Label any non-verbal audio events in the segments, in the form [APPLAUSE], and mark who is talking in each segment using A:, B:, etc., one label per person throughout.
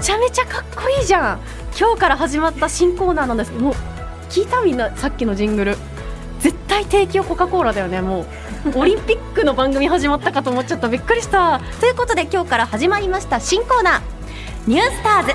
A: ちゃめちゃかっこいいじゃん今日から始まった新コーナーなんですもう聞いたみんなさっきのジングル絶対提供コカ・コーラだよねも
B: [LAUGHS]
A: うオリンピックの番組始まったかと思っちゃったびっくりした
B: ということで今日から始まりました新コーナー「ニュースターズ」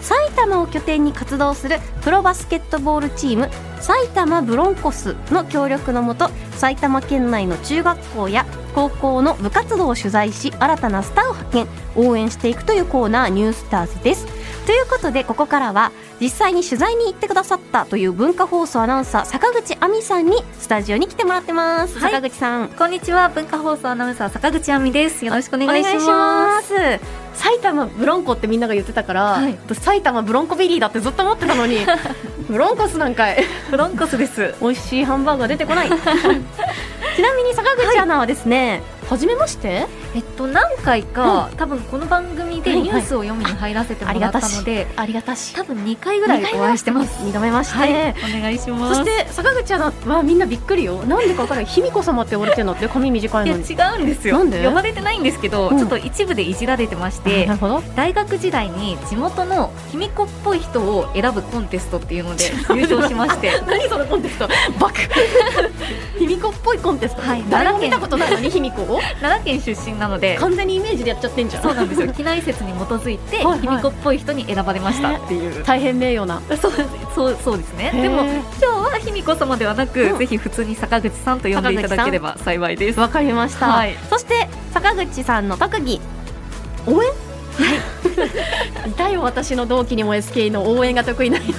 B: 埼玉を拠点に活動するプロバスケットボールチーム埼玉ブロンコスの協力のもと埼玉県内の中学校や高校の部活動を取材し新たなスターを発見応援していくというコーナー「ニュースターズ」です。ということでここからは実際に取材に行ってくださったという文化放送アナウンサー坂口亜美さんにスタジオに来てもらってます、
C: はい
B: 坂口さん
C: こんにちは文化放送アナウンサー坂口亜美ですよろしくお願いします
B: す
A: 埼玉ブロンコってみんなが言ってたから、
C: はい
A: 私埼玉ブロンコベリーだってずっと思ってたの
C: [LAUGHS]
A: にブロンコスなんかい
C: ブロンコスです
A: 美味しいハンバーガー出てこ
C: [LAUGHS]
A: ない
B: ちなみに坂口アナはですね、
A: 初めまして
C: えっと何回か、多分この番組
A: は
C: で
A: いはい
C: ニュースを読みに入らせてもらったので、
A: ありがたし
C: 多分2回ぐらいお会いしてます
B: 認めまして、
C: はいお願いしま
A: そし
C: す
A: て坂口アナはみんなびっくりよなんでかわからない卑弥呼様って呼ばれてるのって髪短い
C: いや
A: のに
C: 違うんですよ
A: なんで
C: 呼ばれてないんですけど、
A: うん
C: ちょっと一部でいじられてまし
A: あ
C: て
A: なるほど
C: 大学時代に地元の卑弥呼っぽい人を選ぶコンテストっていうので優勝しまして
A: 何そのコンテストバ
C: [LAUGHS]
A: ク卑弥呼っぽいコンテスト、
C: はい
A: 誰も見たことないのに卑弥呼を
C: 奈良県出身なので
A: 完全にイメージでやっちゃってんじゃん
C: そうなんですよ機内説に基づいて
A: はいはい
C: 卑弥呼っぽい人に選ばれましたっていう、
A: 大変名誉な
C: そうそうそうですねでも
A: へー
C: 今日は卑弥呼様ではなく、
A: うん
C: ぜひ普通に坂口さんと呼んでいただければ幸いです
B: わかりました、
C: はい
B: そして坂口さんの特技
A: 応援 [LAUGHS] いたよ私の同期にも SK の応援が得意な人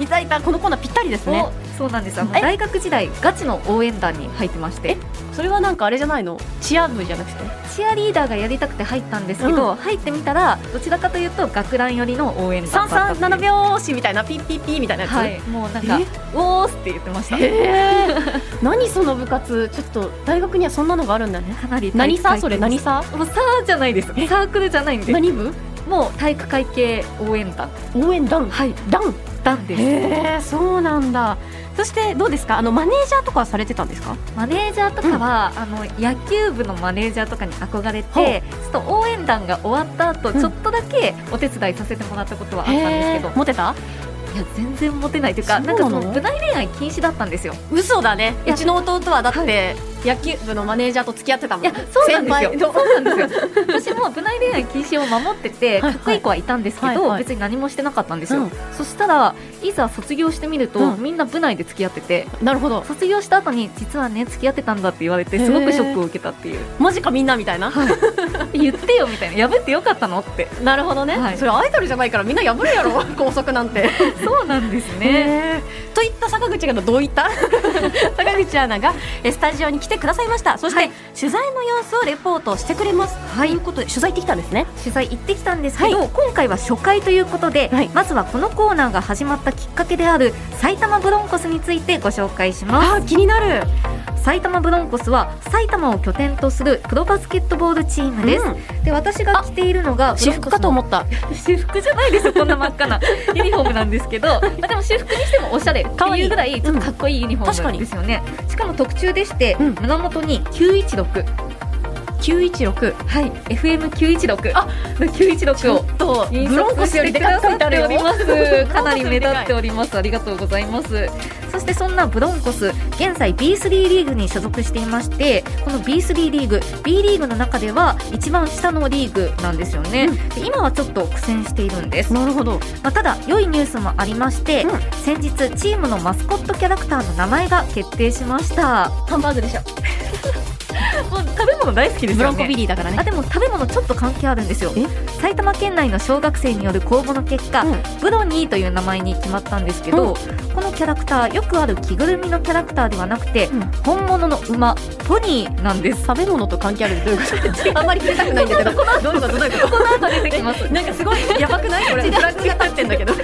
A: いたいたこのコーナーぴったりですね
C: ねそうなんですあの
A: え
C: 大学時代ガチの応援団に入ってまして
A: それはなんかあれじゃないのチア部じゃなくて
C: チアリーダーがやりたくて入ったんですけど、入ってみたらどちらかというと学ラン寄りの応援団だったっていう
A: 337秒押しみたいなピッピッピみたいなやつ、
C: はいもうなんか
A: え
C: 「おーす」って言ってました
A: へ [LAUGHS] ー何その部活ちょっと大学にはそんなのがあるんだね
C: かなり体
A: 何
C: 育会
A: さ
C: 系
A: それ何さ
C: もうサーじゃないですサークルじゃないんで
A: 何部
C: もう体育会系応援団
A: 応援団
C: はい
A: 団
C: 団です
A: へえそうなんだ
B: そしてどうですかあのマネージャーとかはされてたんですか
C: マネージャーとかは、あの野球部のマネージャーとかに憧れ
A: ほう
C: てちょっと応援団が終わった後、
A: うん
C: ちょっとだけお手伝いさせてもらったことはあったんですけど
A: へーモテた
C: いや全然モテないというか
A: そう
C: な
A: なんの
C: かその部内恋愛禁止だったんですよ
A: 嘘だね
C: いや
A: うちの弟はだって野球部のマネージャーと付き合ってたも
C: い
A: ん
C: や [LAUGHS] そうなんですよ
A: 先輩
C: そうなんですよ私も部内恋愛禁止を守ってて
A: はいはい
C: かっこいい子はいたんですけど、
A: はいはい
C: 別に何もしてなかったんですよ、
A: うん
C: そしたらいざ卒業してみると、
A: うん
C: みんな部内で付き合ってて
A: なるほど
C: 卒業した後に実はね付き合ってたんだって言われて
A: へー
C: すごくショックを受けたっていう
A: [LAUGHS] マジかみんなみたいな
C: 言ってよみたいな破ってよかったのって
A: なるほどね、
C: はい
A: それアイドルじゃないからみんな破るやろ [LAUGHS] 校則なんて
C: そうなんですね。
A: ねといった坂口がどういった [LAUGHS]
B: 坂口アナがえスタジオに来てくださいましたそして、
C: はい
B: 取材の様子をレポートしてくれます、
C: はい
B: ということで取材行ってきたんですね
C: 取材行ってきたんですけど、今回は初回ということで、
B: はい
C: まずはこのコーナーが始まったきっかけである埼玉ブロンコスについてご紹介します
B: あー気になる
C: 埼玉ブロンコスは埼玉を拠点とするプロバスケットボールチームです、で私が着ているのが
A: 私服かと思
C: っ
A: った
C: て私服じゃないですよこんな真っ
A: [LAUGHS]
C: 赤なユニフォームなんですけどまあでも私服にしてもおしゃれって
A: かわいい
C: いうぐらいちょっとかっこいいユニフォ
A: 確か
C: ー
A: に
C: ムですよね、しかも特注でして、
A: うん
C: 胸元に916
A: 916
C: はい FM916 あ
A: ち
C: 916
A: ょ
C: を
A: っと
C: 印
A: ブロンコ
C: 刷
A: ス
C: し
A: より
C: て
A: で
C: く
A: か
C: だ
A: く書い
C: さって
A: ある
C: て
A: よ
C: おりますかなり目立って
A: る
C: おりますありがとうございますそしてそんなブロンコス現在 B3 リーグに所属していましてこの B3 リーグ B リーグの中では一番下のリーグなんですよね、で今はちょっと苦戦しているんです、ま
A: なるほど
C: あ、ただ良いニュースもありまして、
A: うん
C: 先日チームのマスコットキャラクターの名前が決定しました
A: ハンバーグでしょ
C: もう食べ物大好きです
A: ブロンコビリーだから
C: あ
A: ね
C: でも食べ物ちょっと関係あるんですよ
A: え
C: 埼玉県内の小学生による公募の結果、
A: うん
C: ブロニーという名前に決まったんですけど、このキャラクターよくある着ぐるみのキャラクターではなくて、
A: うん
C: 本物の馬ポニーなんです
A: 食べ物と関係あるってどういうことあんまり触れたくないんだけどどういうことどういうこ
C: 後出てきま
A: と
C: す [LAUGHS]
A: なんかすごいやばくないこれフラッグが立ってんだけど
C: こ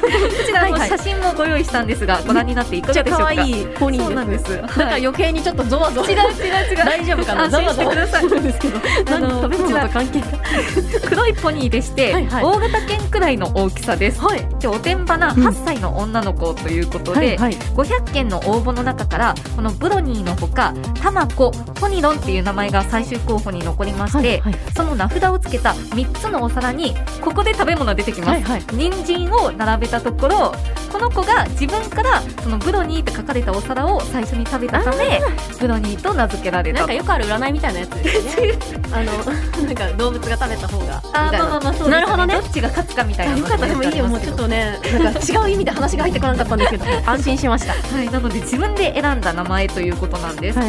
C: ちらの
A: はいはい
C: 写真もご用意したんですがご覧になっていかがでしょうか
A: いポニー
C: そうなんです
A: だから余計にちょっとゾワゾワ
C: 違う違う違う
A: 大丈夫かなから生
C: 安心してください
A: 生なんですけど
C: [LAUGHS] あの
A: 何食べ物と関係が
C: 黒いポニーでして、
A: はいはい
C: 大型犬くらいの大きさです。
A: はい
C: でおてんばな
A: うん
C: 8歳の女の子ということで、
A: はいはい
C: 500件の応募の中からこのブロニーのほかタマコポニロンっていう名前が最終候補に残りまして、
A: はい
C: その名札をつけた3つのお皿にここで食べ物出てきます、
A: はいはい
C: 人参を並べたところこの子が自分からそのブロニーって書かれたお皿を最初に食べたためブロニーと名付けられ
A: な
C: た
A: んかよくある占いみたいなやつです [LAUGHS] よねあのなんか動物が食べた方がみたいな
C: あそうです
A: なるほどね
C: どっちが勝つ
A: [LAUGHS]
C: かみたいな
A: あよかったでもいいよもうちょっとねなんか違う意味で話が入ってこなかったんですけど安心しました
C: はい、なので自分で選んだ名前ということなんです。
A: へ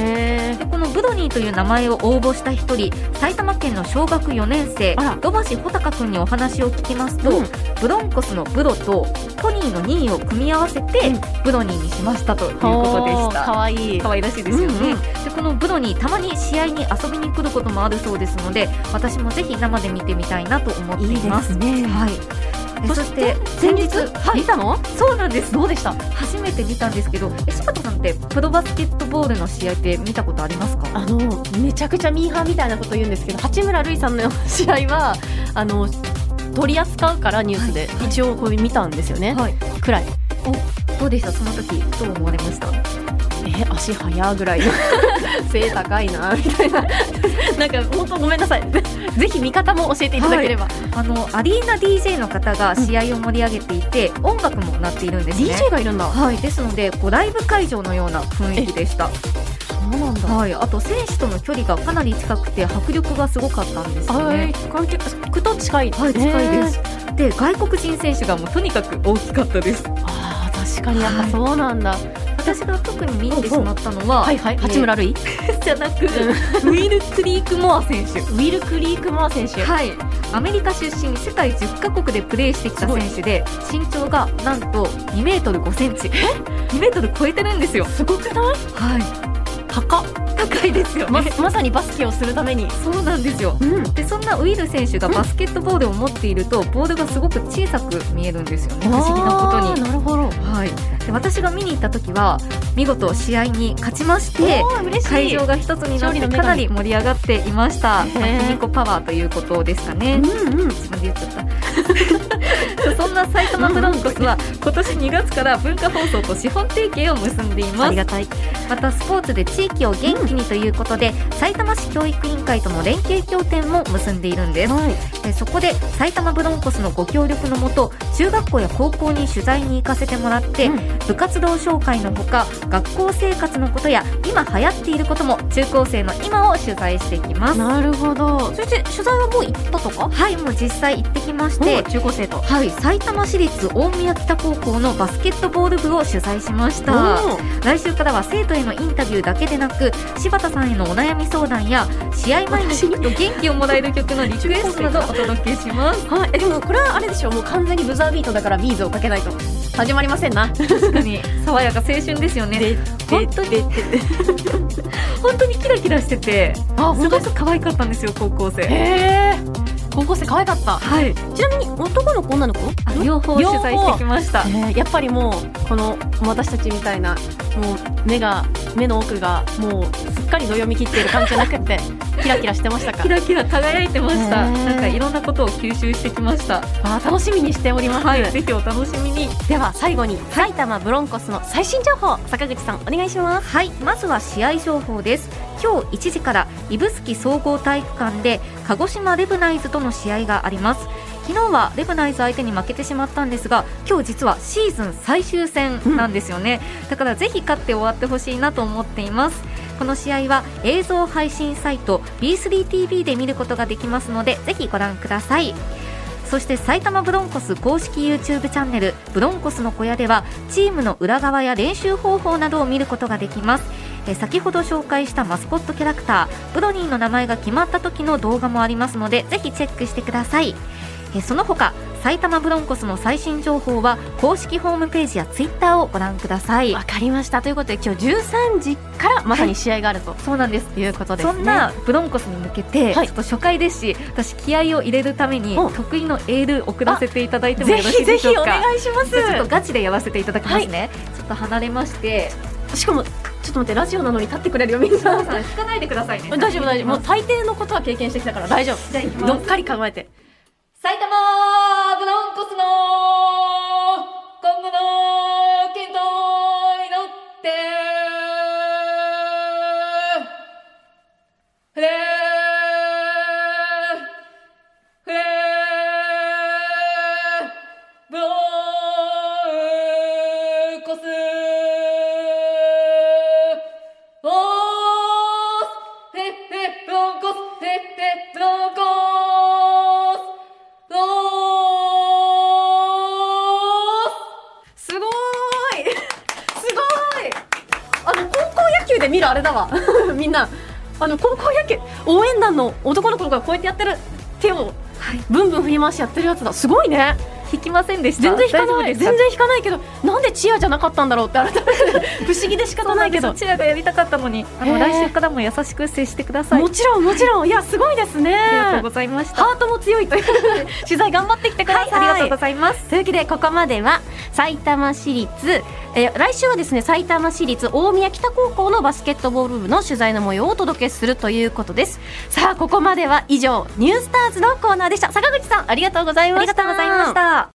A: え
C: でこのブドニーという名前を応募した一人埼玉県の小学4年生
A: あら
C: 土橋穂高君にお話を聞きますと、
A: うん
C: ブロンコスのブロとポニーのニーを組み合わせて、
A: うん
C: ブドニーにしましたということでした。
A: かわいい
C: 可愛らしいです
A: う
C: よね、
A: んうん
C: でこのブロニーたまに試合に遊びに来ることもあるそうですので私もぜひ生で見てみたいなと思っています
A: ね
C: はいえ
A: そ
C: そ
A: し
C: してて
A: 先
C: 先
A: 日
C: 日
A: 見たの
C: そうなんです
A: どうでした
C: 初めて見たんですけどえ柴田さんってプロバスケットボールの試合って見たことありますか
A: あのめちゃくちゃミーハーみたいなこと言うんですけど八村塁さんの試合はあの取り扱うからニュースで、
C: はい
A: 一応これ見たんですよね、
C: はい
A: くらい
C: どうでしたその時どう思われました
A: え足速ぐらい [LAUGHS] の背高いなみたいな [LAUGHS] なんか本当ごめんなさいぜぜひ見方も教えていただければ、
C: あのアリーナ DJ の方が試合を盛り上げていて、音楽も鳴っているんですね
A: DJ がいるんだ
C: はいですのでこうライブ会場のような雰囲気でした
A: そうなんだ
C: はいあと選手との距離がかなり近くて迫力がすごかったんですよ
A: は
C: ね
A: い観客と近い
C: はい近いです、で外国人選手がもうとにかく大きかったです
A: ああ確かにやっぱそうなんだ、
C: 私が特に見入ってしまったのは、
A: はいはい八村塁、 [LAUGHS]
C: じゃな [LAUGHS] く、ウィル・クリークモア選手。
A: ウィル・クリークマー選手、
C: はい、アメリカ出身世界10カ国でプレーしてきた選手で身長がなんと2メートル5センチ2メートル超えてるんですよ
A: すごくない
C: はい
A: 高っ
C: 高いですよ
A: ま
C: ね、
A: まさにバスケをするために
C: そうなんですよ
A: うん
C: でそんなウィル選手がバスケットボールを持っているとボールがすごく小さく見えるんですよね不思議なことに
A: あーなるほど
C: はい、で私が見に行った時は見事試合に勝ちまして
A: おー嬉しい
C: 会場が一つにな
A: 勝
C: っ
A: 利の女
C: て
A: 神
C: かなり盛り上がっていまし
A: へ
C: た
A: ー
C: まあヒニコパワーということですかね
A: うんうん
C: 自分で言っちゃった [LAUGHS] そうそんな埼玉ブロンコスは [LAUGHS] 今年2月から文化放送と資本提携を結んでい
A: あ
C: ま
A: り
C: す
A: がたい
C: またスポーツで地域を元気にということで、埼玉市教育委員会との連携協定も結んでいるんです
A: はい
C: えそこで埼玉ブロンコスのご協力のもと中学校や高校に取材に行かせてもらって、
A: うん
C: 部活動紹介のほか学校生活のことや今流行っていることも中高生の今を取材していきます
A: なるほど
B: そして取材はもう行ったとか
C: はいもう実際行ってきまし
A: で
C: て
A: 中高生と
C: はい埼玉市立大宮北高校のバスケットボール部を取材しました
A: おー
C: 来週からは生徒へのインタビューだけでなく柴田さんへのお悩み相談や試合前に聴くと元気をもらえる曲のリクエストなどお届けします [LAUGHS]
A: はいえでもこれはあれでしょもう完全にブザービートだからビーズをかけないと始まりませんな
C: 確かに爽やか青春ですよね
A: で
C: 本当に本当にキラキラしてて
A: あ
C: す
A: 本当
C: ご
A: です
C: く可愛かったんですよ高校
A: へ
C: 生
A: え高校生可愛かった
C: はい
A: ちなみに男の子女の子
C: あ両方取材してきました
A: ねやっぱりもうこの私たちみたいなもう目が目の奥がもうすっかりどよみきっている感じじゃなく [LAUGHS] てキラキラしてましたか
C: キラキラ輝いてました
A: ねえ
C: なんかいろんなことを吸収してきました
A: あー楽しみにしております、
C: はいぜひお楽しみに
A: では最後に埼玉ブロンコスの最新情報坂口さんお願いします
C: はいまずは試合情報です今日1時から指宿総合体育館で鹿児島レブナイズとの試合があります昨日はレブナイズ相手に負けてしまったんですが今日実はシーズン最終戦なんですよね、だからぜひ勝って終わってほしいなと思っていますこの試合は映像配信サイト B3TV で見ることができますのでぜひご覧くださいそして埼玉ブロンコス公式 YouTube チャンネル「ブロンコスの小屋」ではチームの裏側や練習方法などを見ることができますえー先ほど紹介したマスコットキャラクターブロニーの名前が決まった時の動画もありますのでぜひチェックしてくださいえーその他埼玉ブロンコスの最新情報は公式ホームページや Twitter をご覧ください
A: わかりましたということで今日13時からまさに試合があると
C: そうなんです
A: いうことです
C: そ
A: ね
C: んなブロンコスに向けて、
A: はい
C: ちょっと初回ですし私気合を入れるために
A: うん
C: 得意のエール送らせていただいてもよ
A: ぜ
C: ろし
A: ひ
C: い
A: ぜ
C: でし
A: ひ
C: ょう
A: お
C: か
A: 願いしま
C: じゃあちょっと
A: す
C: ガチでやらせていただきますね、ちょっと離れまして
A: しかもちょっと待ってラジオなのに立ってくれるよみんな
C: 聞かないでくださいね
A: 大丈夫大丈夫もう大抵のことは経験してきたから大丈夫
C: じゃあ行きます
A: どっかり構えて
C: 埼玉ブロンコスの今後の健闘を祈ってフレーフレーブロンコスおーフレフレブロンコスフレフレブロンコス
A: すごーい [LAUGHS] すごーいあの高校野球で見るあれだわ [LAUGHS] みんなあの高校野球応援団の男の子がこうやってやってる手をブンブン振り回してやってるやつだすごいね
C: 引きませんでした
A: 全然引か
C: 大丈夫
A: ない
C: です
A: 全然引かないけどなんでチアじゃなかったんだろうって改めて [LAUGHS] 不思議で仕
C: そ
A: 方
C: う
A: な
C: ないい
A: け
C: け
A: ど
C: どチアがやりたかったのにあ
A: へ
C: の
A: ー
C: 来週からも優しく接してください
A: もちろんもちろんいやすごいですね
C: ありがとうございました
A: ハートも強いと [LAUGHS] いう取材頑張ってきてください、
C: ありがとうございます
B: というわけでここまでは埼玉市立、えー来週はですね埼玉市立大宮北高校のバスケットボール部の取材の模様をお届けするということですさあここまでは以上ニュースターズのコーナーでした坂口さんありがとうござい
C: あ
B: ま
C: り
B: した
C: がとうございました